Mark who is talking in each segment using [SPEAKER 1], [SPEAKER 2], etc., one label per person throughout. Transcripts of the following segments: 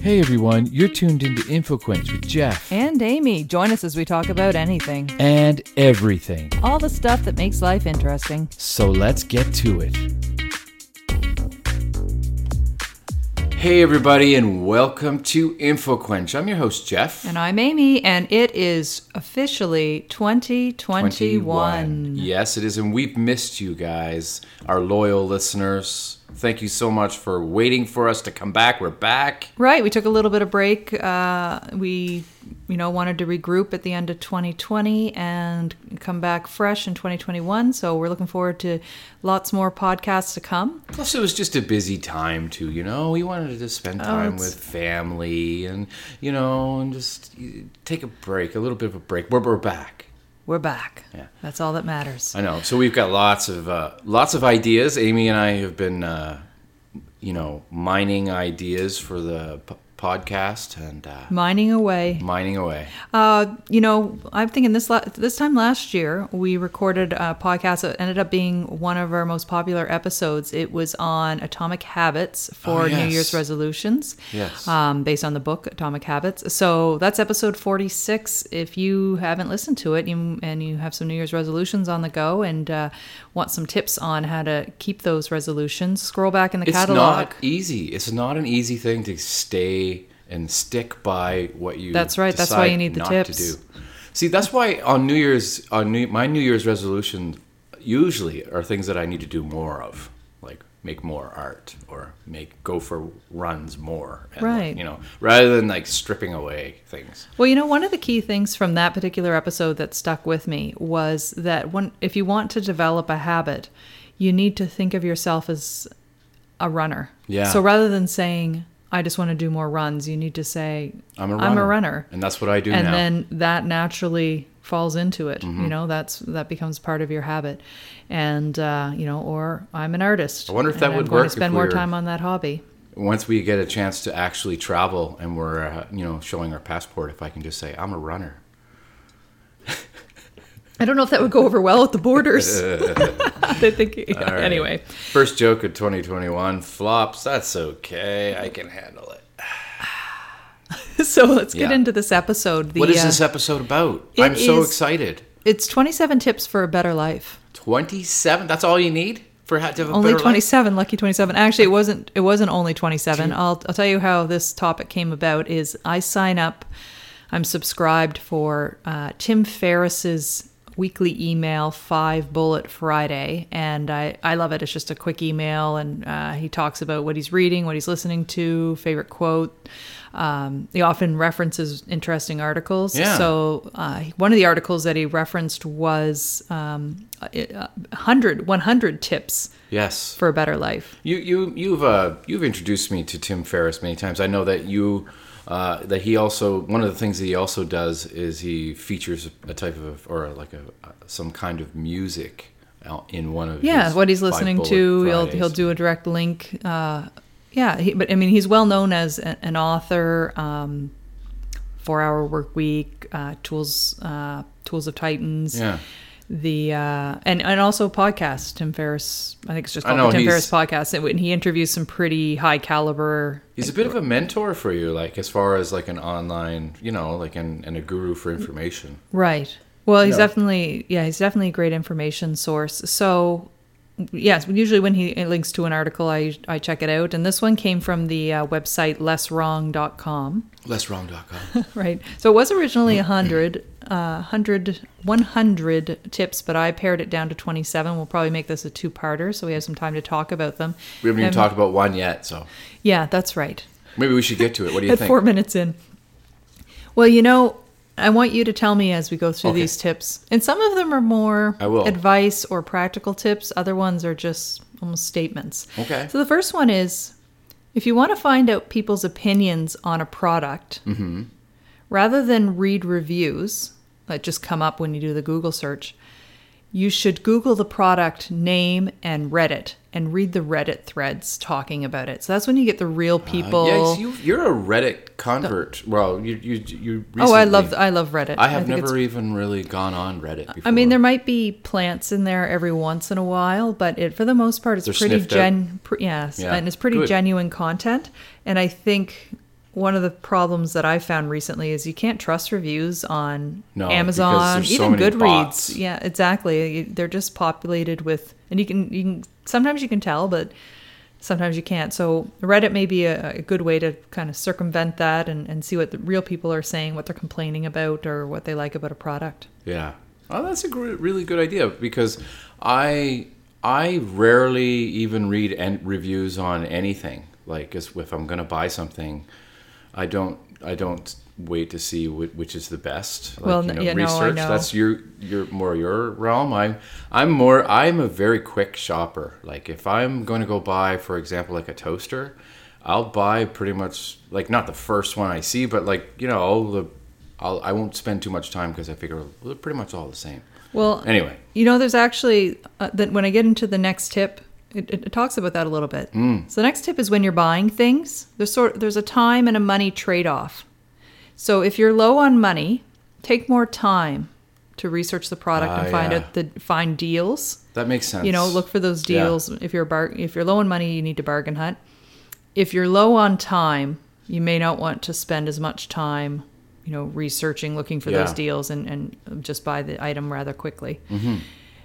[SPEAKER 1] Hey everyone, you're tuned into InfoQuench with Jeff
[SPEAKER 2] And Amy, join us as we talk about anything.
[SPEAKER 1] and everything.
[SPEAKER 2] All the stuff that makes life interesting.
[SPEAKER 1] So let's get to it. Hey everybody, and welcome to InfoQuench. I'm your host Jeff.
[SPEAKER 2] And I'm Amy, and it is officially 2021.
[SPEAKER 1] Yes, it is, and we've missed you guys, our loyal listeners. Thank you so much for waiting for us to come back. We're back.
[SPEAKER 2] Right, we took a little bit of break. Uh, we, you know, wanted to regroup at the end of 2020 and come back fresh in 2021. So we're looking forward to lots more podcasts to come.
[SPEAKER 1] Plus, it was just a busy time too. You know, we wanted to spend time with family, and you know, and just eh, take a break, a little bit of a break. We're, we're back.
[SPEAKER 2] We're back. That's all that matters.
[SPEAKER 1] I know. So we've got lots of uh, lots of ideas. Amy and I have been, uh, you know, mining ideas for the p- podcast and uh,
[SPEAKER 2] Mining away.
[SPEAKER 1] mining away.
[SPEAKER 2] Uh, you know, I'm thinking this la- this time last year we recorded a podcast that ended up being one of our most popular episodes. It was on atomic habits for
[SPEAKER 1] Oh, yes.
[SPEAKER 2] New Year's resolutions,
[SPEAKER 1] Yes.
[SPEAKER 2] um, based on the book Atomic Habits. So that's episode 46. If you haven't listened to it you, and you have some New Year's resolutions on the go and uh, want some tips on how to keep those resolutions, scroll back in the
[SPEAKER 1] it's
[SPEAKER 2] catalog.
[SPEAKER 1] not easy. It's not an easy thing to stay and stick by what you.
[SPEAKER 2] That's right. That's why you
[SPEAKER 1] decide
[SPEAKER 2] need the
[SPEAKER 1] not to
[SPEAKER 2] tips.
[SPEAKER 1] do. See, that's why on New Year's, on New, my New Year's resolution, usually are things that I need to do more of, like make more art or make go for runs more. and, like,
[SPEAKER 2] Right.
[SPEAKER 1] you know, rather than like stripping away things.
[SPEAKER 2] Well, you know, one of the key things from that particular episode that stuck with me was that when, if you want to develop a habit, you need to think of yourself as a runner.
[SPEAKER 1] Yeah.
[SPEAKER 2] So rather than saying, I just want to do more runs, you need to say,
[SPEAKER 1] I'm a runner.
[SPEAKER 2] I'm a runner.
[SPEAKER 1] and that's what I do
[SPEAKER 2] And
[SPEAKER 1] now.
[SPEAKER 2] then that naturally falls into it.
[SPEAKER 1] Mm-hmm.
[SPEAKER 2] You know, that's that becomes part of your habit. And, uh, you know, or I'm an artist.
[SPEAKER 1] I wonder if
[SPEAKER 2] and
[SPEAKER 1] that
[SPEAKER 2] I'm
[SPEAKER 1] would
[SPEAKER 2] going
[SPEAKER 1] work
[SPEAKER 2] to
[SPEAKER 1] if
[SPEAKER 2] spend
[SPEAKER 1] we
[SPEAKER 2] more
[SPEAKER 1] were-
[SPEAKER 2] time on that hobby.
[SPEAKER 1] Once we get a chance to actually travel and we're, uh, you know, showing our passport, if I can just say, I'm a runner.
[SPEAKER 2] I don't know if that would go over well at the borders. they think, anyway.
[SPEAKER 1] First joke of 2021 flops. That's okay. I can handle it.
[SPEAKER 2] So let's get
[SPEAKER 1] Yeah.
[SPEAKER 2] into this episode. The,
[SPEAKER 1] What is
[SPEAKER 2] uh,
[SPEAKER 1] this episode about?
[SPEAKER 2] it
[SPEAKER 1] I'm so
[SPEAKER 2] is-
[SPEAKER 1] excited.
[SPEAKER 2] It's 27 tips for a better life.
[SPEAKER 1] 27. That's all you need for how to have a
[SPEAKER 2] Only
[SPEAKER 1] better
[SPEAKER 2] 27, lucky 27. Actually, it wasn't. It wasn't only 27. I'll I'll tell you how this topic came about. Is I sign up, I'm subscribed for uh, Tim Ferriss's weekly email five bullet friday and i i love it it's just a quick email and uh, he talks about what he's reading what he's listening to favorite quote um, he often references interesting articles
[SPEAKER 1] Yeah.
[SPEAKER 2] so uh, one of the articles that he referenced was um, it- uh, 100 100 tips
[SPEAKER 1] Yes.
[SPEAKER 2] for a better life.
[SPEAKER 1] You you you've uh, you've introduced me to Tim Ferriss many times. I know that you uh, that he also one of the things that he also does is he features a type of or like a uh, some kind of music out in one of
[SPEAKER 2] Yeah,
[SPEAKER 1] his
[SPEAKER 2] what he's
[SPEAKER 1] Five
[SPEAKER 2] listening
[SPEAKER 1] Bullet
[SPEAKER 2] to, he'll
[SPEAKER 1] Fridays.
[SPEAKER 2] he'll do a direct link. Uh, yeah, he, but I mean, he's well known as a, an author. Um, Four Hour Work Week, uh, Tools uh, Tools of Titans.
[SPEAKER 1] Yeah.
[SPEAKER 2] The uh, and and also podcast Tim Ferriss. I think it's just
[SPEAKER 1] I
[SPEAKER 2] called
[SPEAKER 1] know,
[SPEAKER 2] the Tim
[SPEAKER 1] he's-
[SPEAKER 2] Ferriss podcast, and when he interviews some pretty high caliber
[SPEAKER 1] He's a bit of a mentor for you, like as far as like an online, you know, like an, and a guru for information.
[SPEAKER 2] Right. Well, he's
[SPEAKER 1] know.
[SPEAKER 2] definitely yeah, he's definitely a great information source. So, yes, usually when he links to an article, I I check it out, and this one came from the uh, website lesswrong.com.
[SPEAKER 1] Lesswrong.com.
[SPEAKER 2] Right. So it was originally 100, uh, 100, 100 tips, but I pared it down to 27. We'll probably make this a two-parter, so we have some time to talk about them.
[SPEAKER 1] We haven't even
[SPEAKER 2] And-
[SPEAKER 1] talked about one yet, so
[SPEAKER 2] Yeah, that's right
[SPEAKER 1] maybe we should get to it. What do you
[SPEAKER 2] at
[SPEAKER 1] think?
[SPEAKER 2] four minutes in. Well, you know, I want you to tell me as we go through
[SPEAKER 1] Okay.
[SPEAKER 2] these tips, and some of them are more
[SPEAKER 1] I will.
[SPEAKER 2] advice or practical tips. Other ones are just almost statements.
[SPEAKER 1] Okay.
[SPEAKER 2] So the first one is, if you want to find out people's opinions on a product,
[SPEAKER 1] Mm-hmm.
[SPEAKER 2] rather than read reviews that just come up when you do the Google search, you should Google the product name and Reddit and read the Reddit threads talking about it. So that's when you get the real
[SPEAKER 1] Ah,
[SPEAKER 2] people.
[SPEAKER 1] yeah, you, you're a Reddit convert. Well, you you you. Recently,
[SPEAKER 2] Oh, I love I love Reddit.
[SPEAKER 1] I have
[SPEAKER 2] think it's-
[SPEAKER 1] never even really gone on Reddit before.
[SPEAKER 2] I mean, there might be plants in there every once in a while, but it for the most part, it's
[SPEAKER 1] They're
[SPEAKER 2] pretty
[SPEAKER 1] sniffed out.
[SPEAKER 2] gen. Pre, yes,
[SPEAKER 1] Yeah,
[SPEAKER 2] and it's pretty
[SPEAKER 1] good.
[SPEAKER 2] genuine content. And I think one of the problems that I found recently is you can't trust reviews on
[SPEAKER 1] No, because
[SPEAKER 2] Amazon,
[SPEAKER 1] there's so
[SPEAKER 2] even
[SPEAKER 1] many
[SPEAKER 2] Goodreads.
[SPEAKER 1] bots.
[SPEAKER 2] Yeah, exactly. You- They're just populated with, and you can you can sometimes you can tell, but sometimes you can't. So Reddit may be a, a good way to kind of circumvent that and, and see what the real people are saying, what they're complaining about, or what they like about a product.
[SPEAKER 1] Yeah. Oh, that's a gr- really good idea because I I rarely even read en- reviews on anything. Like, as- if I'm gonna buy something, I don't I don't wait to see whi- which is the best. Like,
[SPEAKER 2] Well, yeah, no, I
[SPEAKER 1] research.
[SPEAKER 2] know.
[SPEAKER 1] That's your your more your realm. I'm I'm more I'm a very quick shopper. Like, if I'm going to go buy, for example, like a toaster, I'll buy pretty much like not the first one I see, but like you know all the. I'll, I won't spend too much time because I figure well, they're pretty much all the same.
[SPEAKER 2] Well,
[SPEAKER 1] Anyway,
[SPEAKER 2] You know, there's actually uh, that when I get into the next tip, it, it, it talks about that a little bit.
[SPEAKER 1] Mm.
[SPEAKER 2] So the next tip is when you're buying things, there's sort there's a time and a money trade-off. So if you're low on money, take more time to research the product and
[SPEAKER 1] Ah,
[SPEAKER 2] find
[SPEAKER 1] yeah.
[SPEAKER 2] out the find deals.
[SPEAKER 1] that makes sense.
[SPEAKER 2] You know, look for those
[SPEAKER 1] Yeah.
[SPEAKER 2] deals. If you're bar- if you're low on money, you need to bargain hunt. If you're low on time, you may not want to spend as much time, you know, researching, looking for those
[SPEAKER 1] Yeah. Mm-hmm.
[SPEAKER 2] deals, and and just buy the item rather quickly.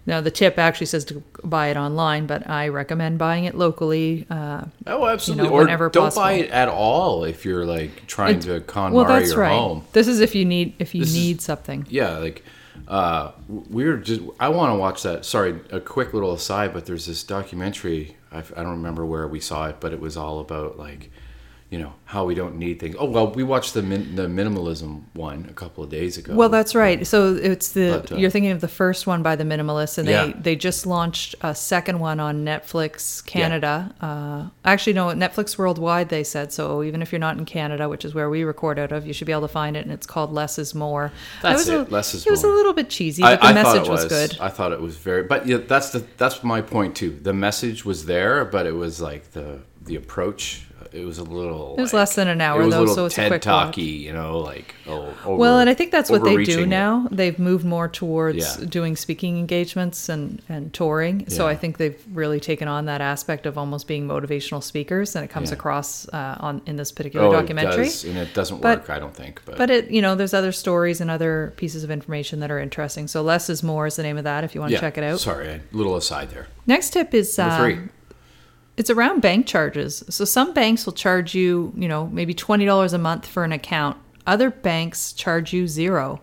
[SPEAKER 2] Now, the tip actually says to buy it online, but I recommend buying it locally. Uh,
[SPEAKER 1] Oh, absolutely. or
[SPEAKER 2] whenever
[SPEAKER 1] don't
[SPEAKER 2] possible.
[SPEAKER 1] buy it at all if you're like trying to con
[SPEAKER 2] well,
[SPEAKER 1] Mara
[SPEAKER 2] that's
[SPEAKER 1] your
[SPEAKER 2] right.
[SPEAKER 1] home.
[SPEAKER 2] This is if you need if you
[SPEAKER 1] This is-
[SPEAKER 2] need something.
[SPEAKER 1] yeah like uh we are just i want to watch that sorry a quick little aside but there's this documentary I, f- I don't remember where we saw it but it was all about like you know how we don't need things oh well we watched the min- the minimalism one a couple of days ago
[SPEAKER 2] Well, that's right. So it's the
[SPEAKER 1] But, uh,
[SPEAKER 2] you're thinking of the first one by the Minimalists, and
[SPEAKER 1] Yeah.
[SPEAKER 2] they they just launched a second one on Netflix Canada. Uh, actually, no, Netflix worldwide. They said so. Even if you're not in Canada, which is where we record out of, you should be able to find it, and it's called Less Is More. I
[SPEAKER 1] That's
[SPEAKER 2] was a-
[SPEAKER 1] it, Less Is
[SPEAKER 2] It was a
[SPEAKER 1] More.
[SPEAKER 2] little bit cheesy,
[SPEAKER 1] I,
[SPEAKER 2] but the
[SPEAKER 1] I thought
[SPEAKER 2] message
[SPEAKER 1] it
[SPEAKER 2] was.
[SPEAKER 1] was,
[SPEAKER 2] good.
[SPEAKER 1] I thought it was very, but yeah, that's the that's my point too. The message was there, but it was like the the approach. It was a little.
[SPEAKER 2] It was
[SPEAKER 1] like-
[SPEAKER 2] less than an hour,
[SPEAKER 1] it was
[SPEAKER 2] though,
[SPEAKER 1] a little
[SPEAKER 2] so it's a
[SPEAKER 1] TED
[SPEAKER 2] quick watch.
[SPEAKER 1] talky, you know, like oh. Over,
[SPEAKER 2] Well, and I think that's what they do
[SPEAKER 1] overreaching.
[SPEAKER 2] now. They've moved more towards
[SPEAKER 1] Yeah.
[SPEAKER 2] doing speaking engagements and, and touring. So
[SPEAKER 1] Yeah.
[SPEAKER 2] I think they've really taken on that aspect of almost being motivational speakers, and it comes
[SPEAKER 1] Yeah.
[SPEAKER 2] across uh, on in this particular
[SPEAKER 1] Oh,
[SPEAKER 2] documentary.
[SPEAKER 1] it does, and it doesn't
[SPEAKER 2] But-
[SPEAKER 1] work, I don't think. But,
[SPEAKER 2] But it, you know, there's other stories and other pieces of information that are interesting. So less is more is the name of that. If you want to
[SPEAKER 1] yeah,
[SPEAKER 2] check it out.
[SPEAKER 1] Sorry, a little aside there.
[SPEAKER 2] Next tip is
[SPEAKER 1] Number
[SPEAKER 2] um,
[SPEAKER 1] three.
[SPEAKER 2] it's around bank charges. So some banks will charge you, you know, maybe twenty dollars a month for an account. Other banks charge you zero.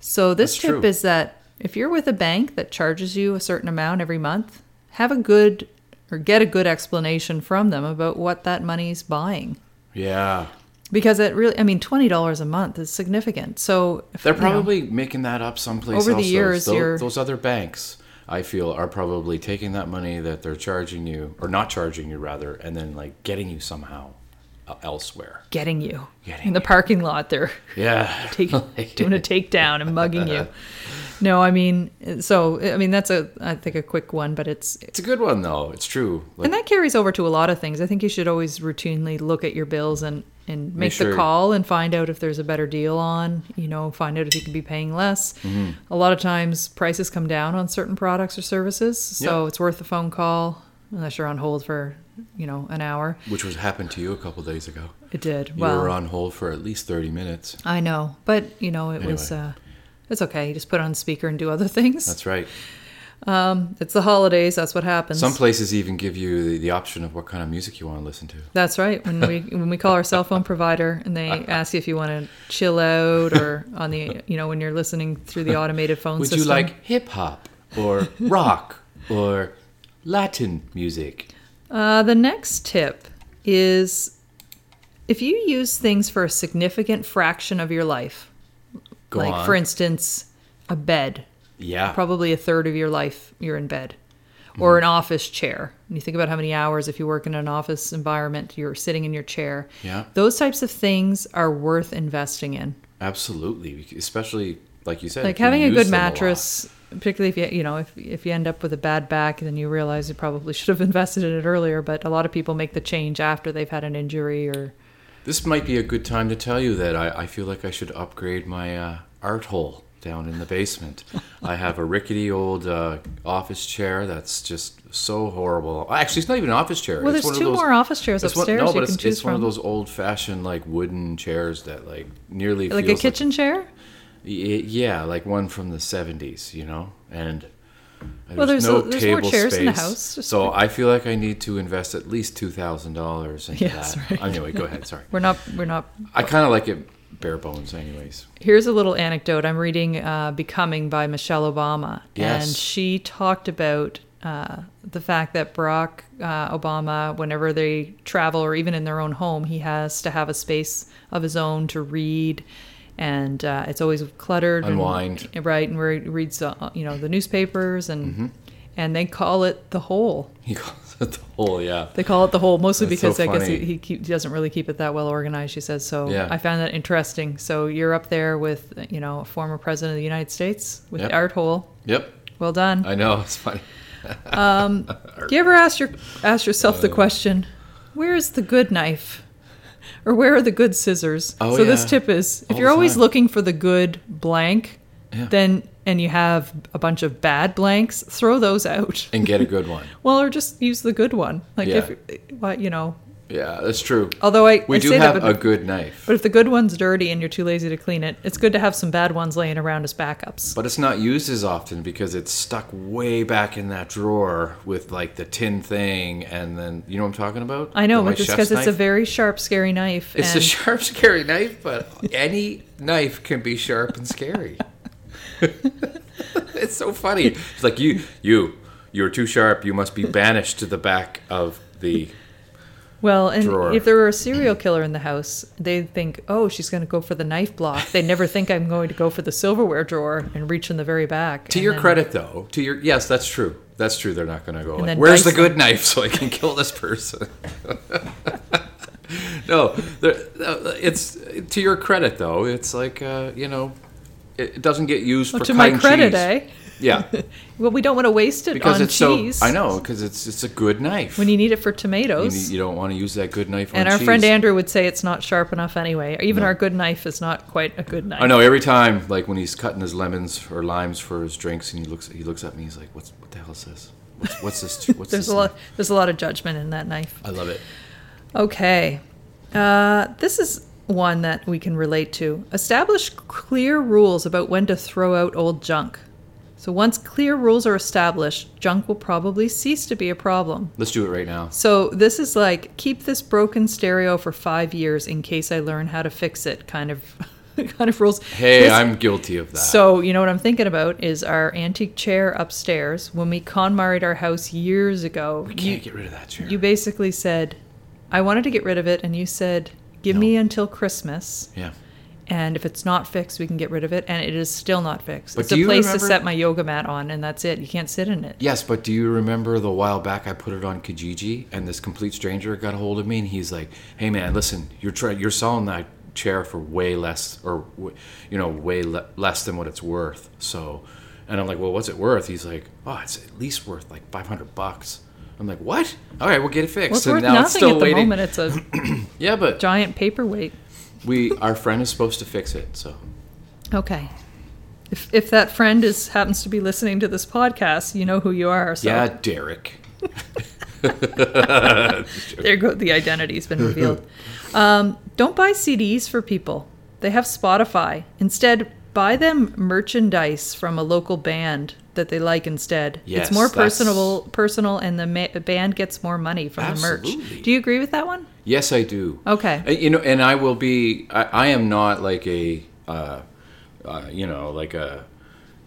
[SPEAKER 2] So this
[SPEAKER 1] That's
[SPEAKER 2] tip
[SPEAKER 1] true.
[SPEAKER 2] is that if you're with a bank that charges you a certain amount every month, have a good or get a good explanation from them about what that money's buying.
[SPEAKER 1] Yeah,
[SPEAKER 2] Because it really, I mean, twenty dollars a month is significant. So if-
[SPEAKER 1] they're
[SPEAKER 2] you know,
[SPEAKER 1] probably making that up someplace.
[SPEAKER 2] Over the
[SPEAKER 1] else, those-
[SPEAKER 2] years,
[SPEAKER 1] tho-
[SPEAKER 2] you're-
[SPEAKER 1] those, other banks, I feel, are probably taking that money that they're charging you, or not charging you rather, and then like getting you somehow uh, elsewhere.
[SPEAKER 2] getting you
[SPEAKER 1] Getting
[SPEAKER 2] in the parking lot. They're
[SPEAKER 1] Yeah,
[SPEAKER 2] take, doing a takedown and mugging you. No, I mean, so I mean that's a I think a quick one, but it's
[SPEAKER 1] it's a good one though. It's true. Like,
[SPEAKER 2] and that carries over to a lot of things. I think you should always routinely look at your bills and and make,
[SPEAKER 1] sure-
[SPEAKER 2] the call and find out if there's a better deal on. You know, find out if you can be paying less.
[SPEAKER 1] Mm-hmm.
[SPEAKER 2] A lot of times prices come down on certain products or services, so
[SPEAKER 1] Yeah.
[SPEAKER 2] it's worth the phone call unless you're on hold for you know an hour.
[SPEAKER 1] which was happened to you a couple days ago.
[SPEAKER 2] It did
[SPEAKER 1] You
[SPEAKER 2] well.
[SPEAKER 1] were on hold for at least thirty minutes.
[SPEAKER 2] I know, but you know it was.
[SPEAKER 1] Anyway.
[SPEAKER 2] Uh, it's okay. You just put it on speaker and do other things.
[SPEAKER 1] That's right.
[SPEAKER 2] It's the holidays. That's what happens.
[SPEAKER 1] Some places even give you the, the option of what kind of music you want to listen to.
[SPEAKER 2] That's right. When we when we call our cell phone provider and they ask you if you want to chill out or on the you know when you're listening through the automated phone
[SPEAKER 1] Would
[SPEAKER 2] system.
[SPEAKER 1] you like hip hop or rock or Latin music?
[SPEAKER 2] Uh, the next tip is if you use things for a significant fraction of your life,
[SPEAKER 1] Go
[SPEAKER 2] like
[SPEAKER 1] on.
[SPEAKER 2] for instance, a bed.
[SPEAKER 1] yeah,
[SPEAKER 2] probably a third of your life you're in bed
[SPEAKER 1] Mm-hmm.
[SPEAKER 2] or an office chair. And you think about how many hours if you work in an office environment you're sitting in your chair.
[SPEAKER 1] Yeah.
[SPEAKER 2] Those types of things are worth investing in.
[SPEAKER 1] absolutely. Especially like you said,
[SPEAKER 2] Like
[SPEAKER 1] if you
[SPEAKER 2] having a
[SPEAKER 1] use
[SPEAKER 2] good
[SPEAKER 1] them lot.
[SPEAKER 2] mattress, particularly if you you know, if if you end up with a bad back, then you realize you probably should have invested in it earlier, but a lot of people make the change after they've had an injury or
[SPEAKER 1] This might be a good time to tell you that I, I feel like I should upgrade my uh, art hole down in the basement. I have a rickety old uh, office chair that's just so horrible. Actually, it's not even an office chair.
[SPEAKER 2] Well,
[SPEAKER 1] it's
[SPEAKER 2] there's
[SPEAKER 1] one of
[SPEAKER 2] two
[SPEAKER 1] those-
[SPEAKER 2] more office chairs
[SPEAKER 1] it's one-
[SPEAKER 2] upstairs
[SPEAKER 1] no, but
[SPEAKER 2] you
[SPEAKER 1] it's,
[SPEAKER 2] can choose
[SPEAKER 1] it's one of
[SPEAKER 2] from.
[SPEAKER 1] those old-fashioned like wooden chairs that like nearly
[SPEAKER 2] like a
[SPEAKER 1] feels
[SPEAKER 2] kitchen chair.
[SPEAKER 1] Y- yeah, like one from the '70s, you know, and. There's
[SPEAKER 2] Well,
[SPEAKER 1] no
[SPEAKER 2] there's a- there's more
[SPEAKER 1] table
[SPEAKER 2] chairs
[SPEAKER 1] space,
[SPEAKER 2] in the house, just-
[SPEAKER 1] so I feel like I need to invest at least two thousand dollars into
[SPEAKER 2] Yes,
[SPEAKER 1] that.
[SPEAKER 2] right.
[SPEAKER 1] Anyway, go ahead. Sorry,
[SPEAKER 2] We're not. We're not.
[SPEAKER 1] I kind of like it bare bones, anyways.
[SPEAKER 2] Here's a little anecdote. I'm reading uh, "Becoming" by Michelle Obama,
[SPEAKER 1] Yes.
[SPEAKER 2] and she talked about uh, the fact that Barack uh, Obama, whenever they travel or even in their own home, he has to have a space of his own to read, and uh, it's always cluttered. and-
[SPEAKER 1] Unwind. Mm-hmm.
[SPEAKER 2] right? And re- reads, uh, you know, the newspapers and and they call it the hole.
[SPEAKER 1] He calls it the hole, yeah.
[SPEAKER 2] They call it the hole mostly
[SPEAKER 1] That's so
[SPEAKER 2] because I guess he,
[SPEAKER 1] funny.
[SPEAKER 2] he keep, doesn't really keep it that well organized. She says so.
[SPEAKER 1] Yeah.
[SPEAKER 2] I found that interesting. So you're up there with you know a former president of the United States with
[SPEAKER 1] Yep.
[SPEAKER 2] the art hole.
[SPEAKER 1] Yep,
[SPEAKER 2] Well done.
[SPEAKER 1] I know it's funny.
[SPEAKER 2] Do you ever ask your ask yourself
[SPEAKER 1] Uh,
[SPEAKER 2] the question, where is the good knife, or where are the good scissors?
[SPEAKER 1] Oh,
[SPEAKER 2] so this
[SPEAKER 1] yeah.
[SPEAKER 2] tip is if
[SPEAKER 1] All
[SPEAKER 2] you're
[SPEAKER 1] the
[SPEAKER 2] always
[SPEAKER 1] time.
[SPEAKER 2] looking for the good blank,
[SPEAKER 1] Yeah.
[SPEAKER 2] then and you have a bunch of bad blanks, throw those out.
[SPEAKER 1] And get a good one.
[SPEAKER 2] Well, or just use the good one. Like
[SPEAKER 1] Yeah.
[SPEAKER 2] if what you know.
[SPEAKER 1] Yeah, that's true.
[SPEAKER 2] Although I
[SPEAKER 1] We
[SPEAKER 2] I
[SPEAKER 1] do
[SPEAKER 2] say that,
[SPEAKER 1] have
[SPEAKER 2] but-
[SPEAKER 1] a good knife,
[SPEAKER 2] But if the good one's dirty and you're too lazy to clean it, it's good to have some bad ones laying around as backups.
[SPEAKER 1] but it's not used as often because it's stuck way back in that drawer with like the tin thing, and then you know what I'm talking about?
[SPEAKER 2] I know,
[SPEAKER 1] My
[SPEAKER 2] but just
[SPEAKER 1] chef's
[SPEAKER 2] because it's a
[SPEAKER 1] knife?
[SPEAKER 2] very sharp, scary knife.
[SPEAKER 1] It's
[SPEAKER 2] and
[SPEAKER 1] a sharp, scary knife, but any knife can be sharp and scary. it's so funny. It's like you, you, you're too sharp. You must be banished to the back of the.
[SPEAKER 2] well, and
[SPEAKER 1] drawer.
[SPEAKER 2] if there were a serial killer in the house, they'd think, "Oh, she's going to go for the knife block." They never think I'm going to go for the silverware drawer and reach in the very back.
[SPEAKER 1] To your credit, though, to your yes, that's true. That's true. They're not going to go. Like,
[SPEAKER 2] then
[SPEAKER 1] Where's the
[SPEAKER 2] dice
[SPEAKER 1] good knife so I can kill this person? no, there- uh, it's to your credit though. It's like uh, you know, it, it doesn't get used for
[SPEAKER 2] to my
[SPEAKER 1] cutting
[SPEAKER 2] credit,
[SPEAKER 1] cheese.
[SPEAKER 2] eh?
[SPEAKER 1] Yeah,
[SPEAKER 2] Well, we don't want to waste it
[SPEAKER 1] because
[SPEAKER 2] on
[SPEAKER 1] it's
[SPEAKER 2] cheese.
[SPEAKER 1] so. I know because it's it's a good knife.
[SPEAKER 2] when you need it for
[SPEAKER 1] You,
[SPEAKER 2] tomatoes.
[SPEAKER 1] need- you don't want to use that good knife.
[SPEAKER 2] and
[SPEAKER 1] on
[SPEAKER 2] our friend
[SPEAKER 1] cheese.
[SPEAKER 2] Andrew would say it's not sharp enough anyway. Even our good knife is not quite a good knife.
[SPEAKER 1] I know every time, like when he's cutting his lemons or limes for his drinks, and he looks he looks at me. He's like, "What's what the hell is this? What's, what's this? What's
[SPEAKER 2] There's
[SPEAKER 1] this
[SPEAKER 2] a lot.
[SPEAKER 1] knife?"
[SPEAKER 2] There's a lot of judgment in that knife.
[SPEAKER 1] I love it.
[SPEAKER 2] Okay. Uh, this is one that we can relate to. Establish clear rules about when to throw out old junk. So, once clear rules are established, junk will probably cease to be a problem.
[SPEAKER 1] Let's do it right now.
[SPEAKER 2] So, this is like keep this broken stereo for five years in case I learn how to fix it kind of kind of rules.
[SPEAKER 1] Hey,
[SPEAKER 2] This-
[SPEAKER 1] I'm guilty of that.
[SPEAKER 2] so you know what I'm thinking about is our antique chair upstairs. When we conmarried our house years ago,
[SPEAKER 1] we can't get rid of that chair.
[SPEAKER 2] you basically said, I wanted to get rid of it, and you said, Give
[SPEAKER 1] No.
[SPEAKER 2] me until Christmas,
[SPEAKER 1] yeah.
[SPEAKER 2] and if it's not fixed, we can get rid of it. And it is still not fixed.
[SPEAKER 1] But
[SPEAKER 2] it's
[SPEAKER 1] do
[SPEAKER 2] a
[SPEAKER 1] you
[SPEAKER 2] place to
[SPEAKER 1] remember-
[SPEAKER 2] set my yoga mat on, and that's it. You can't sit in it.
[SPEAKER 1] Yes, but do you remember the while back I put it on Kijiji and this complete stranger got a hold of me and he's like, "Hey man, listen, you're try- you're selling that chair for way less or w- you know, way le- less than what it's worth." So, and I'm like, "Well, what's it worth?" He's like, "Oh, it's at least worth like 500 bucks." I'm like, "What? All right, we'll get it fixed."
[SPEAKER 2] Well, it's
[SPEAKER 1] And
[SPEAKER 2] worth
[SPEAKER 1] now
[SPEAKER 2] nothing
[SPEAKER 1] it's still
[SPEAKER 2] at the
[SPEAKER 1] waiting.
[SPEAKER 2] moment. It's a
[SPEAKER 1] Yeah, but
[SPEAKER 2] giant paperweight.
[SPEAKER 1] we our friend is supposed to fix it, so
[SPEAKER 2] Okay. If, if that friend is happens to be listening to this podcast, you know who you are. So
[SPEAKER 1] yeah, Derek.
[SPEAKER 2] there go the identity's been revealed. Um, don't buy CDs for people. They have Spotify. Instead, buy them merchandise from a local band that they like instead.
[SPEAKER 1] Yes,
[SPEAKER 2] it's more
[SPEAKER 1] that's-
[SPEAKER 2] personable, personal, and the ma- band gets more money from the
[SPEAKER 1] Absolutely.
[SPEAKER 2] merch. Do you agree with that one?
[SPEAKER 1] Yes, I do.
[SPEAKER 2] Okay.
[SPEAKER 1] Uh, You know, and I will be. I, I am not like a, uh, uh, you know, like a,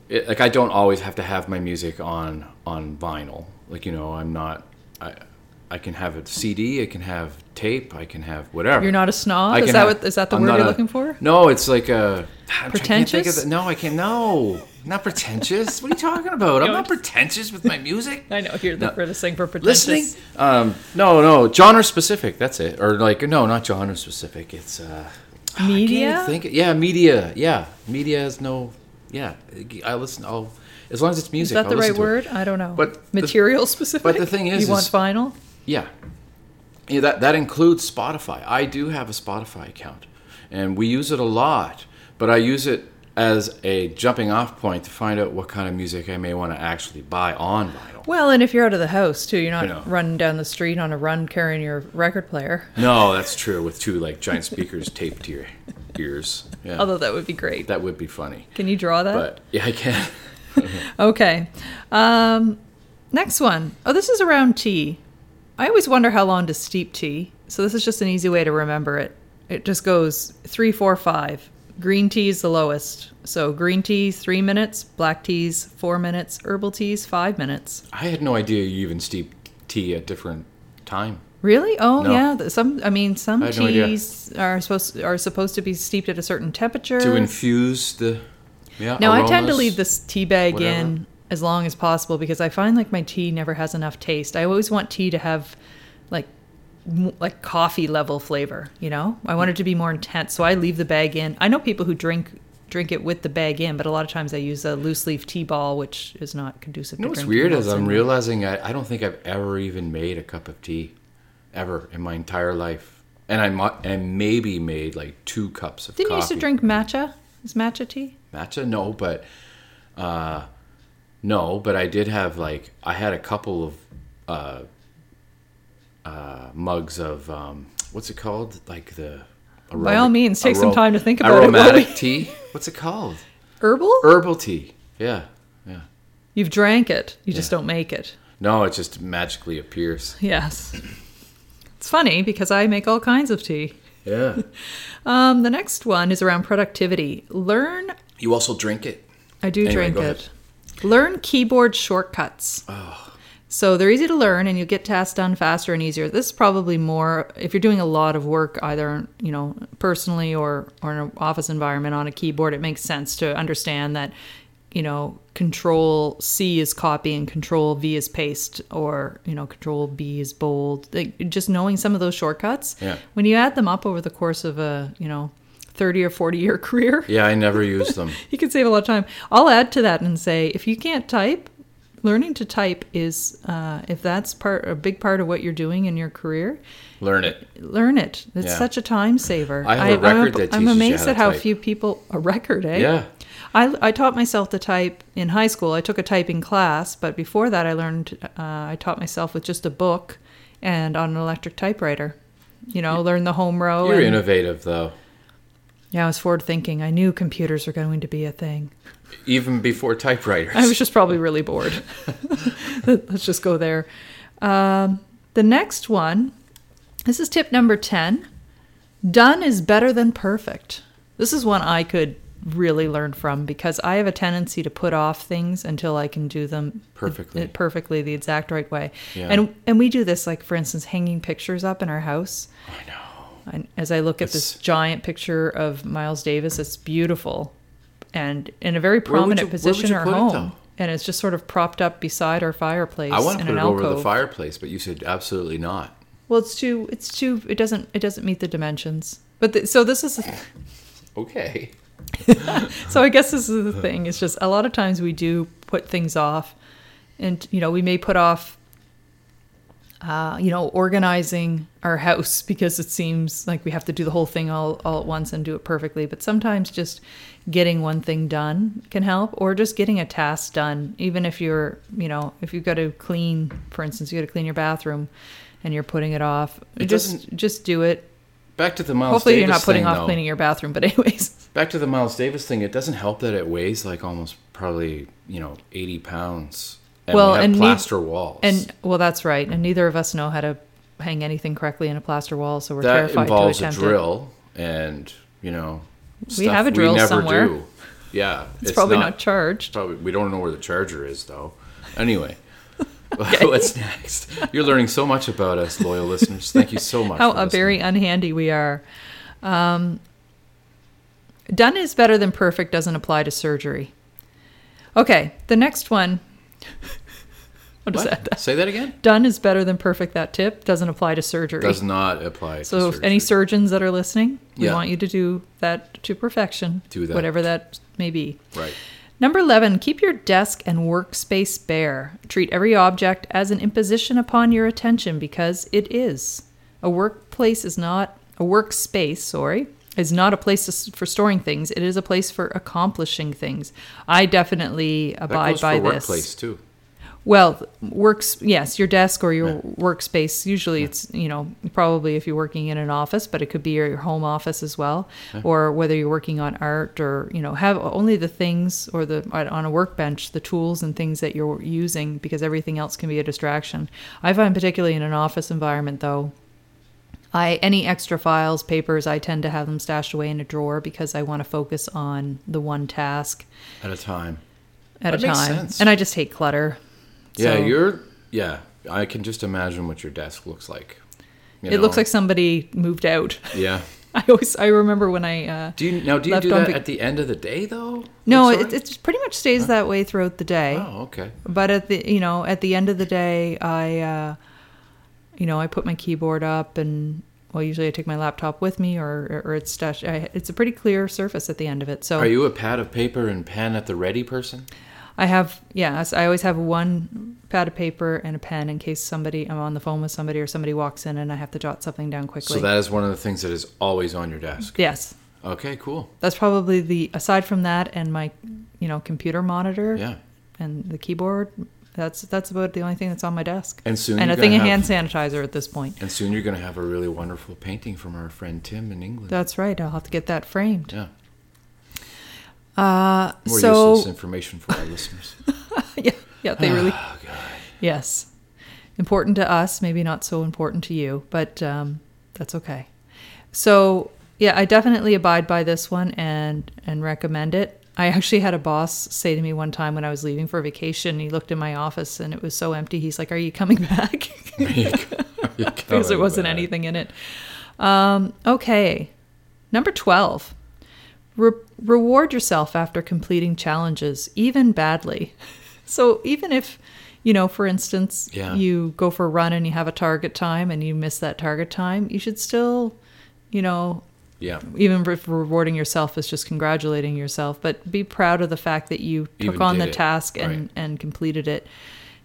[SPEAKER 1] it, like I don't always have to have my music on on vinyl. Like you know, I'm not. I, I can have a CD. I can have tape. I can have whatever.
[SPEAKER 2] You're not a snob.
[SPEAKER 1] I
[SPEAKER 2] Is
[SPEAKER 1] can
[SPEAKER 2] that
[SPEAKER 1] have-
[SPEAKER 2] what is that the
[SPEAKER 1] I'm
[SPEAKER 2] word
[SPEAKER 1] not
[SPEAKER 2] you're
[SPEAKER 1] a-
[SPEAKER 2] looking for?
[SPEAKER 1] No, it's like a I'm trying- I can't think of
[SPEAKER 2] Pretentious?
[SPEAKER 1] the- no, I can't. No, not pretentious. what are you talking about? I'm
[SPEAKER 2] No,
[SPEAKER 1] not
[SPEAKER 2] it's-
[SPEAKER 1] pretentious with my music.
[SPEAKER 2] I know you're the
[SPEAKER 1] No.
[SPEAKER 2] British thing for pretentious.
[SPEAKER 1] listening um no no genre specific that's it or like no not genre specific it's uh I can't
[SPEAKER 2] Media?
[SPEAKER 1] think yeah media yeah media is no yeah i listen i'll as long as it's
[SPEAKER 2] Is
[SPEAKER 1] music
[SPEAKER 2] that
[SPEAKER 1] I'll
[SPEAKER 2] the
[SPEAKER 1] listen
[SPEAKER 2] right
[SPEAKER 1] to it.
[SPEAKER 2] word? I don't know.
[SPEAKER 1] But the-
[SPEAKER 2] material specific.
[SPEAKER 1] but the thing is-
[SPEAKER 2] you want
[SPEAKER 1] is-
[SPEAKER 2] vinyl.
[SPEAKER 1] yeah yeah that that includes spotify i do have a spotify account and we use it a lot but i use it as a jumping off point to find out what kind of music I may want to actually buy on vinyl.
[SPEAKER 2] Well, and if you're out of the house too, you're not
[SPEAKER 1] know.
[SPEAKER 2] running down the street on a run carrying your record player.
[SPEAKER 1] No, that's true. With two like giant speakers taped to your ears. Yeah,
[SPEAKER 2] Although that would be great.
[SPEAKER 1] that would be funny.
[SPEAKER 2] Can you draw that?
[SPEAKER 1] But yeah, I can.
[SPEAKER 2] Okay. Um, next one. Oh, this is around tea. I always wonder how long to steep tea. So this is just an easy way to remember it. It just goes three, four, five. Green tea is the lowest. So green tea, three minutes. Black teas, four minutes. Herbal teas, five minutes.
[SPEAKER 1] I had no idea you even steeped tea at different time.
[SPEAKER 2] Really? Oh,
[SPEAKER 1] No.
[SPEAKER 2] yeah. th- Some. I mean, some
[SPEAKER 1] I had no idea.
[SPEAKER 2] teas are supposed are supposed to be steeped at a certain temperature.
[SPEAKER 1] to infuse the yeah.
[SPEAKER 2] Now Uh, I tend to
[SPEAKER 1] aromas.
[SPEAKER 2] leave this tea bag
[SPEAKER 1] whatever.
[SPEAKER 2] in as long as possible because I find like my tea never has enough taste. I always want tea to have like m- like coffee level flavor, you know? I want it to be more intense, so I leave the bag in. I know people who drink drink it with the bag in, but a lot of times I use a loose leaf tea ball, which is not conducive
[SPEAKER 1] You know
[SPEAKER 2] to
[SPEAKER 1] what's
[SPEAKER 2] drinking
[SPEAKER 1] weird is
[SPEAKER 2] lots
[SPEAKER 1] I'm
[SPEAKER 2] in-
[SPEAKER 1] realizing I, I don't think I've ever even made a cup of tea, ever in my entire life, and I mu- and maybe made like two cups of
[SPEAKER 2] Didn't
[SPEAKER 1] coffee.
[SPEAKER 2] you used to drink matcha? Is matcha tea?
[SPEAKER 1] matcha? No, but uh, no, but I did have like I had a couple of uh, uh, mugs of um, what's it called? Like the
[SPEAKER 2] By all means, take some time to think about it, will
[SPEAKER 1] aromatic Aromatic tea. What's it called?
[SPEAKER 2] Herbal?
[SPEAKER 1] Herbal tea. Yeah, yeah.
[SPEAKER 2] You've drank it. You just
[SPEAKER 1] Yeah.
[SPEAKER 2] don't make it.
[SPEAKER 1] No, it just magically appears.
[SPEAKER 2] Yes. It's funny because I make all kinds of tea.
[SPEAKER 1] Yeah.
[SPEAKER 2] Um, the next one is around productivity. Learn.
[SPEAKER 1] You also drink it.
[SPEAKER 2] I do
[SPEAKER 1] Anyway,
[SPEAKER 2] drink
[SPEAKER 1] go
[SPEAKER 2] it. Learn keyboard shortcuts. So they're easy to learn, and you get tasks done faster and easier. This is probably more if you're doing a lot of work, either you know personally or or in an office environment on a keyboard. It makes sense to understand that you know control c is copy and control v is paste or you know control b is bold like just knowing some of those shortcuts
[SPEAKER 1] Yeah.
[SPEAKER 2] when you add them up over the course of a you know 30 or 40 year career
[SPEAKER 1] Yeah, I never use them.
[SPEAKER 2] you can save a lot of time. I'll add to that and say if you can't type, learning to type is uh, if that's part a big part of what you're doing in your career,
[SPEAKER 1] Learn it.
[SPEAKER 2] learn it. It's
[SPEAKER 1] Yeah.
[SPEAKER 2] such a time saver.
[SPEAKER 1] I have a
[SPEAKER 2] I'm
[SPEAKER 1] record that
[SPEAKER 2] I'm
[SPEAKER 1] teaches you
[SPEAKER 2] amazed
[SPEAKER 1] how to
[SPEAKER 2] at how
[SPEAKER 1] type.
[SPEAKER 2] few people a record, eh?
[SPEAKER 1] Yeah.
[SPEAKER 2] I, I taught myself to type in high school. I took a typing class, but before that, I learned. Uh, I taught myself with just a book and on an electric typewriter. You know, learn the home row.
[SPEAKER 1] You're
[SPEAKER 2] and-
[SPEAKER 1] innovative, though.
[SPEAKER 2] yeah, I was forward thinking. I knew computers were going to be a thing.
[SPEAKER 1] Even before typewriters.
[SPEAKER 2] I was just probably really bored. Let's just go there. Um, the next one, this is tip number 10. Done is better than perfect. This is one I could really learn from because I have a tendency to put off things until I can do them
[SPEAKER 1] Perfectly.
[SPEAKER 2] perfectly the exact right way.
[SPEAKER 1] Yeah.
[SPEAKER 2] And and we do this like for instance hanging pictures up in our house.
[SPEAKER 1] I know.
[SPEAKER 2] And as I look at this
[SPEAKER 1] It's-
[SPEAKER 2] giant picture of Miles Davis, it's beautiful and in a very
[SPEAKER 1] would
[SPEAKER 2] prominent
[SPEAKER 1] you- where would
[SPEAKER 2] position
[SPEAKER 1] you
[SPEAKER 2] in our
[SPEAKER 1] put it,
[SPEAKER 2] home.
[SPEAKER 1] though?
[SPEAKER 2] and it's just sort of propped up beside our fireplace
[SPEAKER 1] I want
[SPEAKER 2] in
[SPEAKER 1] to put
[SPEAKER 2] an
[SPEAKER 1] it
[SPEAKER 2] alcove.
[SPEAKER 1] over the fireplace, but you said absolutely not.
[SPEAKER 2] Well, it's too it's too it doesn't it doesn't meet the dimensions. But the, so this is
[SPEAKER 1] Okay.
[SPEAKER 2] so I guess this is the thing. It's just a lot of times we do put things off, and you know we may put off, uh, you know, organizing our house because it seems like we have to do the whole thing all all at once and do it perfectly. But sometimes just getting one thing done can help, or just getting a task done, even if you're you know if you've got to clean, for instance, you got to clean your bathroom, and you're putting it off.
[SPEAKER 1] It
[SPEAKER 2] just
[SPEAKER 1] doesn't-
[SPEAKER 2] just do it.
[SPEAKER 1] Back to the Miles
[SPEAKER 2] Hopefully,
[SPEAKER 1] Davis
[SPEAKER 2] you're not putting
[SPEAKER 1] thing,
[SPEAKER 2] off
[SPEAKER 1] though.
[SPEAKER 2] cleaning your bathroom. But anyways.
[SPEAKER 1] Back to the Miles Davis thing. It doesn't help that it weighs like almost probably you know 80 pounds. And
[SPEAKER 2] Well,
[SPEAKER 1] we have
[SPEAKER 2] and need-
[SPEAKER 1] plaster walls.
[SPEAKER 2] And well, that's right. And neither of us know how to hang anything correctly in a plaster wall, so we're
[SPEAKER 1] that
[SPEAKER 2] terrified to
[SPEAKER 1] involves a
[SPEAKER 2] attempt it.
[SPEAKER 1] drill, and you know,
[SPEAKER 2] We
[SPEAKER 1] stuff
[SPEAKER 2] have a drill
[SPEAKER 1] never
[SPEAKER 2] somewhere.
[SPEAKER 1] do. Yeah,
[SPEAKER 2] It's, probably not, charged.
[SPEAKER 1] Probably we don't know where the charger is though. Anyway, what's next? You're learning so much about us, loyal listeners. Thank you so much.
[SPEAKER 2] How
[SPEAKER 1] for
[SPEAKER 2] uh,
[SPEAKER 1] listening.
[SPEAKER 2] very unhandy we are. Um, done is better than perfect doesn't apply to surgery. Okay, the next one. what is that?
[SPEAKER 1] What? Say that again.
[SPEAKER 2] Done is better than perfect. That tip doesn't apply to surgery.
[SPEAKER 1] Does not apply.
[SPEAKER 2] So,
[SPEAKER 1] to
[SPEAKER 2] if
[SPEAKER 1] surgery.
[SPEAKER 2] any surgeons that are listening, we
[SPEAKER 1] Yeah.
[SPEAKER 2] want you to do that to perfection.
[SPEAKER 1] Do that.
[SPEAKER 2] Whatever that may be.
[SPEAKER 1] right?
[SPEAKER 2] Number 11, keep your desk and workspace bare. Treat every object as an imposition upon your attention because it is. A workplace is not a workspace, sorry, is not a place to, s- for storing things. It is a place for accomplishing things. I definitely
[SPEAKER 1] That
[SPEAKER 2] abide
[SPEAKER 1] goes
[SPEAKER 2] by
[SPEAKER 1] for
[SPEAKER 2] this.
[SPEAKER 1] workplace too.
[SPEAKER 2] Well, works yes, your desk or your workspace. Usually, it's you know probably if you're working in an office, but it could be your, your home office as well, or whether you're working on art or you know have only the things or the on a workbench the tools and things that you're using because everything else can be a distraction. I find particularly in an office environment though, I any extra files, papers, I tend to have them stashed away in a drawer because I want to focus on the one task
[SPEAKER 1] At a time.
[SPEAKER 2] at
[SPEAKER 1] That
[SPEAKER 2] a
[SPEAKER 1] makes
[SPEAKER 2] time,
[SPEAKER 1] sense.
[SPEAKER 2] and I just hate clutter.
[SPEAKER 1] Yeah,
[SPEAKER 2] So-
[SPEAKER 1] you're. Yeah, I can just imagine what your desk looks like. you
[SPEAKER 2] it looks
[SPEAKER 1] know?
[SPEAKER 2] like somebody moved out.
[SPEAKER 1] Yeah.
[SPEAKER 2] I always I remember when I uh,
[SPEAKER 1] Do you now? Do you
[SPEAKER 2] Left
[SPEAKER 1] do
[SPEAKER 2] on
[SPEAKER 1] that
[SPEAKER 2] vac-
[SPEAKER 1] at the end of the day though?
[SPEAKER 2] no,
[SPEAKER 1] Like,
[SPEAKER 2] it, it just pretty much stays that way throughout the day.
[SPEAKER 1] sorry? Oh, okay.
[SPEAKER 2] But at the you know at the end of the day, I uh, you know I put my keyboard up and well usually I take my laptop with me or or it's stashed. I, it's a pretty clear surface at the end of it. So
[SPEAKER 1] Are you a pad of paper and pen at the ready person?
[SPEAKER 2] I have yes I always have one pad of paper and a pen in case somebody I'm on the phone with somebody or somebody walks in and I have to jot something down quickly.
[SPEAKER 1] So that is one of the things that is always on your desk.
[SPEAKER 2] yes,
[SPEAKER 1] Okay, cool.
[SPEAKER 2] that's probably the aside from that and my you know computer monitor
[SPEAKER 1] Yeah.
[SPEAKER 2] and the keyboard that's that's about the only thing that's on my desk
[SPEAKER 1] And soon
[SPEAKER 2] and
[SPEAKER 1] you're
[SPEAKER 2] a thing
[SPEAKER 1] gonna
[SPEAKER 2] of hand
[SPEAKER 1] have-
[SPEAKER 2] sanitizer at this point
[SPEAKER 1] And soon you're going to have a really wonderful painting from our friend Tim in England.
[SPEAKER 2] that's right i'll have to get that framed
[SPEAKER 1] yeah.
[SPEAKER 2] uh
[SPEAKER 1] More
[SPEAKER 2] so
[SPEAKER 1] useless information for our listeners.
[SPEAKER 2] yeah yeah they really
[SPEAKER 1] Oh, God.
[SPEAKER 2] yes important to us maybe not so important to you but um that's okay so yeah i definitely abide by this one and and recommend it i actually had a boss say to me one time when i was leaving for vacation he looked in my office and it was so empty he's like are you coming back
[SPEAKER 1] Oh,
[SPEAKER 2] because there wasn't anything in it. Um, okay, number twelve. Re- reward yourself after completing challenges, even badly. So even if, you know, for instance,
[SPEAKER 1] Yeah.
[SPEAKER 2] you go for a run and you have a target time and you miss that target time, you should still, you know,
[SPEAKER 1] Yeah.
[SPEAKER 2] even if rewarding yourself is just congratulating yourself, but be proud of the fact that you took
[SPEAKER 1] Even
[SPEAKER 2] on
[SPEAKER 1] did
[SPEAKER 2] the
[SPEAKER 1] it,
[SPEAKER 2] task and,
[SPEAKER 1] right.
[SPEAKER 2] and completed it.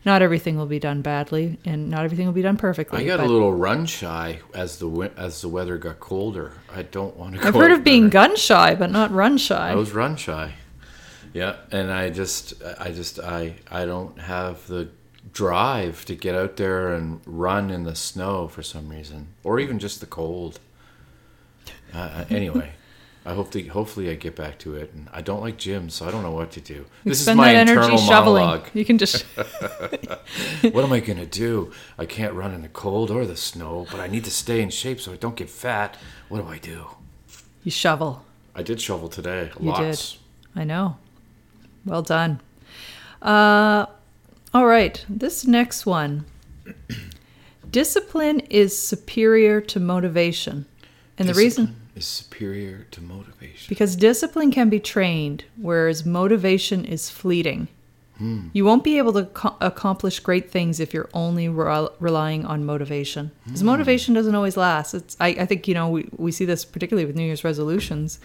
[SPEAKER 2] Not everything will be done badly, and not everything will be done perfectly.
[SPEAKER 1] I got a
[SPEAKER 2] but-
[SPEAKER 1] little run shy as the win- as the weather got colder. I don't want to go.
[SPEAKER 2] I've heard
[SPEAKER 1] out
[SPEAKER 2] of being
[SPEAKER 1] there.
[SPEAKER 2] gun shy, but not run shy.
[SPEAKER 1] I was run shy. Yeah, and I just, I just, I, I don't have the drive to get out there and run in the snow for some reason, or even just the cold. Uh, Uh, anyway, I hope to, hopefully I get back to it. And I don't like gyms, so I don't know what to do. This is
[SPEAKER 2] Spend
[SPEAKER 1] my
[SPEAKER 2] that energy
[SPEAKER 1] internal
[SPEAKER 2] shoveling.
[SPEAKER 1] monologue.
[SPEAKER 2] You can just
[SPEAKER 1] What am I gonna do? I can't run in the cold or the snow, but I need to stay in shape so I don't get fat. What do I do?
[SPEAKER 2] you shovel.
[SPEAKER 1] I did shovel today.
[SPEAKER 2] You
[SPEAKER 1] Lots.
[SPEAKER 2] did. I know. Well done. Uh, all right. This next one. Discipline is superior to motivation, and the reason
[SPEAKER 1] Discipline is superior to motivation.
[SPEAKER 2] Because discipline can be trained, whereas motivation is fleeting. You won't be able to co- accomplish great things if you're only rel relying on motivation. Because motivation doesn't always last. It's, I, I think, you know, we, we see this particularly with New Year's resolutions.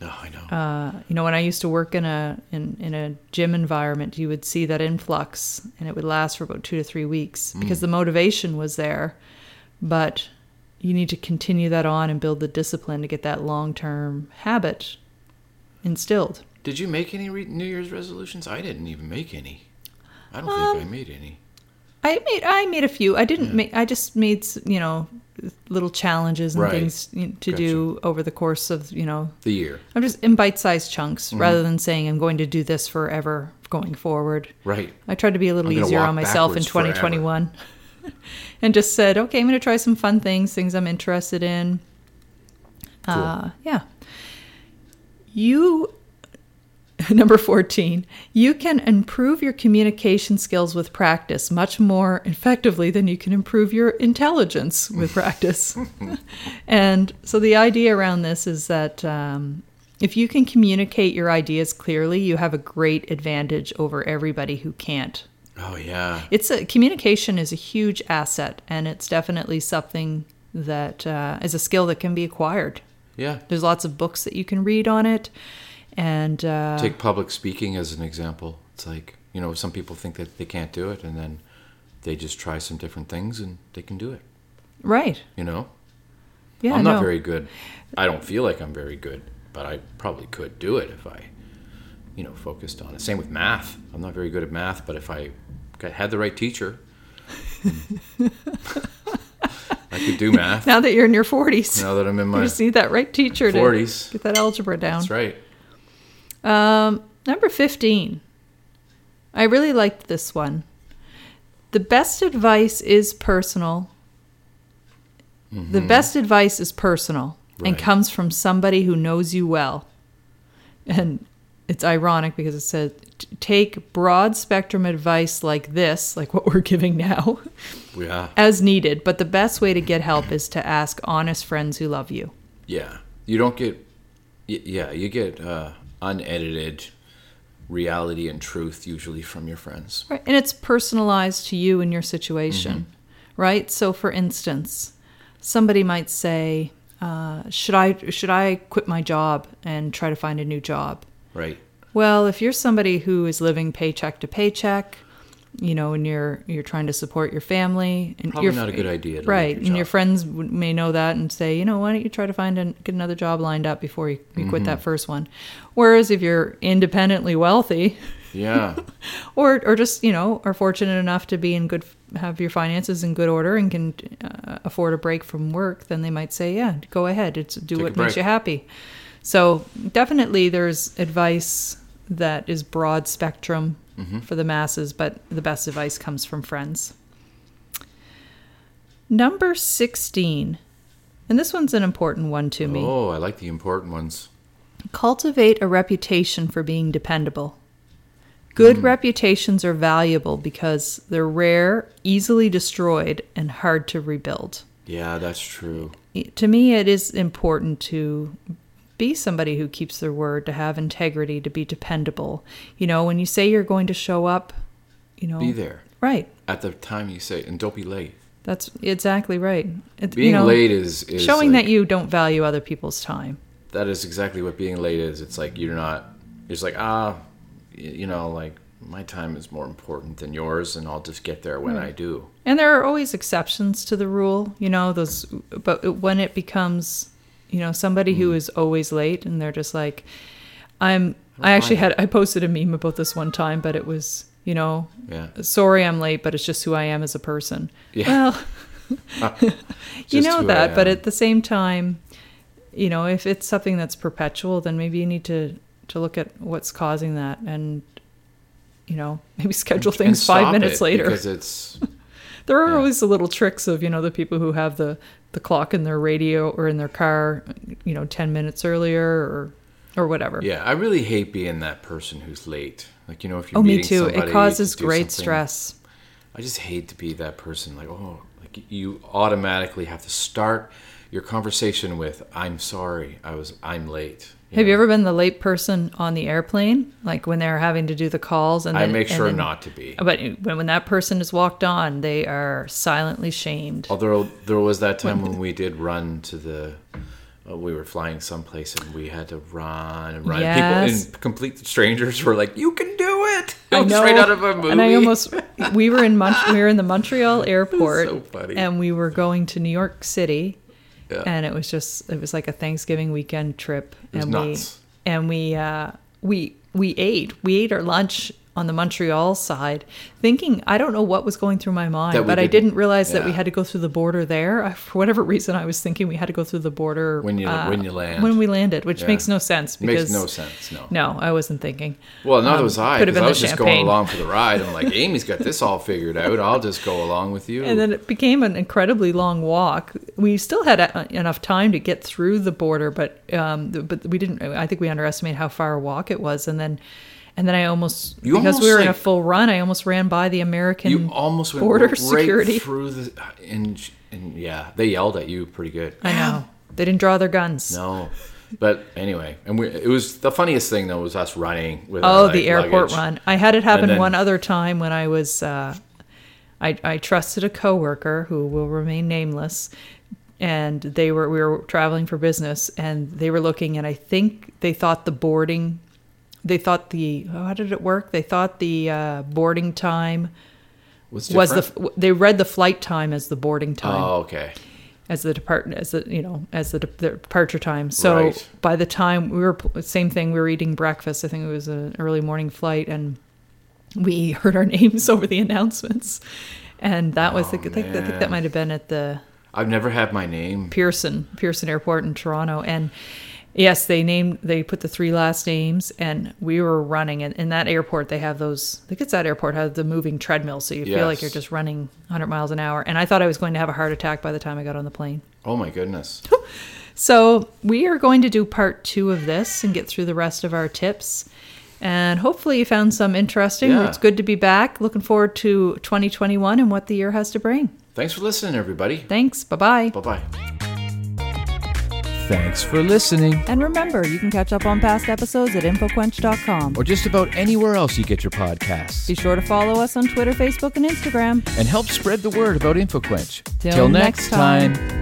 [SPEAKER 1] No, I know.
[SPEAKER 2] Uh, you know, when I used to work in a in, in a gym environment, you would see that influx, and it would last for about two to three weeks because the motivation was there, but you need to continue that on and build the discipline to get that long term habit instilled.
[SPEAKER 1] Did you make any re- New Year's resolutions? I didn't even make any. I don't think
[SPEAKER 2] Um,
[SPEAKER 1] I made any.
[SPEAKER 2] I made I made a few. I didn't make. I just made s- you know little challenges and
[SPEAKER 1] Right.
[SPEAKER 2] things you know, to do over the course of you know
[SPEAKER 1] The year.
[SPEAKER 2] I'm just in bite sized chunks rather than saying I'm going to do this forever going forward.
[SPEAKER 1] Right.
[SPEAKER 2] I tried to be a little
[SPEAKER 1] I'm gonna
[SPEAKER 2] easier
[SPEAKER 1] walk
[SPEAKER 2] on myself in
[SPEAKER 1] backwards forever.
[SPEAKER 2] 2021 and just said, okay, I'm going to try some fun things, things I'm interested in. Uh, yeah. You, number 14, you can improve your communication skills with practice much more effectively than you can improve your intelligence with practice. and so the idea around this is that. Um, if you can communicate your ideas clearly, you have a great advantage over everybody who can't
[SPEAKER 1] Oh, yeah.
[SPEAKER 2] it's a communication is a huge asset and it's definitely something that uh, is a skill that can be acquired
[SPEAKER 1] Yeah.
[SPEAKER 2] there's lots of books that you can read on it and uh,
[SPEAKER 1] Take public speaking as an example. It's like, you know, some people think that they can't do it and then they just try some different things and they can do it,
[SPEAKER 2] right
[SPEAKER 1] you know?
[SPEAKER 2] Yeah,
[SPEAKER 1] I'm not
[SPEAKER 2] no.
[SPEAKER 1] very good. I don't feel like I'm very good, but I probably could do it if I, you know, focused on it. Same with math. I'm not very good at math, but if I got- had the right teacher, I could do math.
[SPEAKER 2] Now that you're in your 40s,
[SPEAKER 1] Now that I'm in
[SPEAKER 2] you
[SPEAKER 1] my
[SPEAKER 2] just need that right teacher
[SPEAKER 1] 40s.
[SPEAKER 2] to get that algebra down.
[SPEAKER 1] that's right.
[SPEAKER 2] Um, number 15. I really liked this one. The best advice is personal. The best advice is personal
[SPEAKER 1] Right.
[SPEAKER 2] and comes from somebody who knows you well. And it's ironic because it said "T- take broad spectrum advice like this, like what we're giving now,
[SPEAKER 1] Yeah.
[SPEAKER 2] as needed, but the best way to get help is to ask honest friends who love you.
[SPEAKER 1] Yeah, you don't get. y- Yeah, you get uh, unedited reality and truth usually from your friends.
[SPEAKER 2] Right. And it's personalized to you and your situation,
[SPEAKER 1] Mm-hmm.
[SPEAKER 2] right? So, for instance, somebody might say, uh, "Should I should I quit my job and try to find a new job?"
[SPEAKER 1] Right.
[SPEAKER 2] Well, if you're somebody who is living paycheck to paycheck, you know, and you're you're trying to support your family, and
[SPEAKER 1] Probably
[SPEAKER 2] your-
[SPEAKER 1] not a good idea. To
[SPEAKER 2] right?
[SPEAKER 1] Leave
[SPEAKER 2] and your
[SPEAKER 1] job.
[SPEAKER 2] friends w- may know that and say, you know, why don't you try to find an, get another job lined up before you, you quit
[SPEAKER 1] Mm-hmm.
[SPEAKER 2] that first one? Whereas if you're independently wealthy,
[SPEAKER 1] yeah.
[SPEAKER 2] or or just you know are fortunate enough to be in good have your finances in good order and can uh, afford a break from work then they might say yeah go ahead it's do
[SPEAKER 1] Take a
[SPEAKER 2] what makes
[SPEAKER 1] break.
[SPEAKER 2] you happy so definitely there's advice that is broad spectrum
[SPEAKER 1] Mm-hmm.
[SPEAKER 2] for the masses but the best advice comes from friends number 16 and this one's an important one to me
[SPEAKER 1] Oh, I like the important ones.
[SPEAKER 2] Cultivate a reputation for being dependable. Good
[SPEAKER 1] Hmm.
[SPEAKER 2] reputations are valuable because they're rare, easily destroyed, and hard to rebuild.
[SPEAKER 1] Yeah, that's true.
[SPEAKER 2] To me, it is important to be somebody who keeps their word, to have integrity, to be dependable. You know, when you say you're going to show up, you know,
[SPEAKER 1] Be there
[SPEAKER 2] right.
[SPEAKER 1] at the time you say, and don't be late.
[SPEAKER 2] That's exactly right. It-
[SPEAKER 1] Being
[SPEAKER 2] you know,
[SPEAKER 1] late is, is
[SPEAKER 2] showing
[SPEAKER 1] like-
[SPEAKER 2] that you don't value other people's time.
[SPEAKER 1] that is exactly what being late is. It's like you're not. It's like ah, y- you know, like my time is more important than yours, and I'll just get there when
[SPEAKER 2] Hmm.
[SPEAKER 1] I do.
[SPEAKER 2] And there are always exceptions to the rule, you know, those but when it becomes, you know, somebody
[SPEAKER 1] Mm.
[SPEAKER 2] who is always late and they're just like I'm I actually had I posted a meme about this one time, but it was, you know,
[SPEAKER 1] Yeah.
[SPEAKER 2] sorry I'm late, but it's just who I am as a person.
[SPEAKER 1] Yeah.
[SPEAKER 2] Well, you
[SPEAKER 1] Just
[SPEAKER 2] know
[SPEAKER 1] who I
[SPEAKER 2] that, but
[SPEAKER 1] am.
[SPEAKER 2] at the same time, you know, if it's something that's perpetual, then maybe you need to to look at what's causing that and you know, maybe schedule
[SPEAKER 1] And
[SPEAKER 2] things five
[SPEAKER 1] stop
[SPEAKER 2] minutes
[SPEAKER 1] it,
[SPEAKER 2] later.
[SPEAKER 1] because it's
[SPEAKER 2] There are
[SPEAKER 1] Yeah.
[SPEAKER 2] always the little tricks of, you know, the people who have the, the clock in their radio or in their car, you know, 10 minutes earlier or, or whatever.
[SPEAKER 1] Yeah, I really hate being that person who's late. Like you know, if you're
[SPEAKER 2] oh, me
[SPEAKER 1] meeting
[SPEAKER 2] too.
[SPEAKER 1] somebody
[SPEAKER 2] It causes
[SPEAKER 1] to do
[SPEAKER 2] great
[SPEAKER 1] something-
[SPEAKER 2] stress.
[SPEAKER 1] I just hate to be that person. Like oh, like you automatically have to start your conversation with "I'm sorry, I was I'm late."
[SPEAKER 2] Have you ever been the late person on the airplane? Like when they're having to do the calls and
[SPEAKER 1] I
[SPEAKER 2] then,
[SPEAKER 1] make
[SPEAKER 2] and
[SPEAKER 1] sure
[SPEAKER 2] then-
[SPEAKER 1] not to be.
[SPEAKER 2] But when, when that person is walked on, they are silently shamed.
[SPEAKER 1] Although there was that time when we did run to the. uh, we were flying someplace and we had to run and run.
[SPEAKER 2] Yes.
[SPEAKER 1] People and complete strangers were like, "You can do it!"
[SPEAKER 2] I
[SPEAKER 1] It was
[SPEAKER 2] know.
[SPEAKER 1] Straight out of a movie.
[SPEAKER 2] And I almost we were in Mon- we were in the Montreal airport
[SPEAKER 1] so funny.
[SPEAKER 2] and we were going to New York City.
[SPEAKER 1] Yeah.
[SPEAKER 2] And it was just it was like a Thanksgiving weekend trip
[SPEAKER 1] was
[SPEAKER 2] and
[SPEAKER 1] nuts.
[SPEAKER 2] we and we uh we we ate. We ate our lunch on the Montreal side thinking I don't know what was going through my mind,
[SPEAKER 1] That we
[SPEAKER 2] but I
[SPEAKER 1] didn't-
[SPEAKER 2] didn't realize that we
[SPEAKER 1] yeah.
[SPEAKER 2] had to go through the border there. I, for whatever reason I was thinking we had to go through the border uh,
[SPEAKER 1] When you- when you land.
[SPEAKER 2] When we landed, which
[SPEAKER 1] Yeah.
[SPEAKER 2] makes no sense
[SPEAKER 1] makes
[SPEAKER 2] because
[SPEAKER 1] no sense. No.
[SPEAKER 2] No, I wasn't thinking.
[SPEAKER 1] Well, neither
[SPEAKER 2] Um,
[SPEAKER 1] was I.
[SPEAKER 2] could have
[SPEAKER 1] 'cause
[SPEAKER 2] been
[SPEAKER 1] I
[SPEAKER 2] the
[SPEAKER 1] was just going
[SPEAKER 2] champagne.
[SPEAKER 1] along for the ride. I'm like, Amy's got this all figured out. I'll just go along with you.
[SPEAKER 2] And then it became an incredibly long walk. We still had uh enough time to get through the border, but um, th- but we didn't. I think we underestimated how far a walk it was, and then and then I almost
[SPEAKER 1] You
[SPEAKER 2] because
[SPEAKER 1] almost,
[SPEAKER 2] we were in a
[SPEAKER 1] like-
[SPEAKER 2] full run, I almost ran by the American.
[SPEAKER 1] you almost went
[SPEAKER 2] Mm-hmm. border
[SPEAKER 1] right
[SPEAKER 2] security.
[SPEAKER 1] through the. And, sh- and yeah, they yelled at you pretty good.
[SPEAKER 2] I know they didn't draw their guns.
[SPEAKER 1] No. But anyway, and we, it was the funniest thing though was us running with our,
[SPEAKER 2] Oh,
[SPEAKER 1] like,
[SPEAKER 2] the airport
[SPEAKER 1] luggage.
[SPEAKER 2] run. I had it happen
[SPEAKER 1] And then-
[SPEAKER 2] one other time when I was, uh, I, I trusted a coworker who will remain nameless, and they were we were traveling for business, and they were looking, and I think they thought the boarding, they thought the oh, how did it work? They thought the uh, boarding time
[SPEAKER 1] was
[SPEAKER 2] was the
[SPEAKER 1] different?
[SPEAKER 2] f- they read the flight time as the boarding time.
[SPEAKER 1] oh okay
[SPEAKER 2] as the depart as the you know as the, de- the departure time. So
[SPEAKER 1] Right.
[SPEAKER 2] by the time we were pl- same thing, we were eating breakfast. I think it was an early morning flight, and we heard our names over the announcements, and that was the, I, think, I think that
[SPEAKER 1] Oh, man.
[SPEAKER 2] might have been at the
[SPEAKER 1] I've never had my name.
[SPEAKER 2] Pearson Pearson Airport in Toronto, and yes, they named they put the three last names, and we were running. And in that airport, they have those. I think it's that airport have the moving treadmill, so you feel like
[SPEAKER 1] Yes.
[SPEAKER 2] you're just running 100 miles an hour. And I thought I was going to have a heart attack by the time I got on the plane.
[SPEAKER 1] Oh my goodness.
[SPEAKER 2] So we are going to do part two of this and get through the rest of our tips. And hopefully you found some interesting.
[SPEAKER 1] Yeah.
[SPEAKER 2] It's good to be back. Looking forward to 2021 and what the year has to bring.
[SPEAKER 1] Thanks for listening, everybody.
[SPEAKER 2] Thanks. Bye bye.
[SPEAKER 1] Bye bye.
[SPEAKER 3] Thanks for listening.
[SPEAKER 2] And remember, you can catch up on past episodes at infoquench.com.
[SPEAKER 3] Or just about anywhere else you get your podcasts.
[SPEAKER 2] Be sure to follow us on Twitter, Facebook, and Instagram.
[SPEAKER 3] And help spread the word about InfoQuench.
[SPEAKER 2] Till
[SPEAKER 3] Till next
[SPEAKER 2] next time.
[SPEAKER 3] time.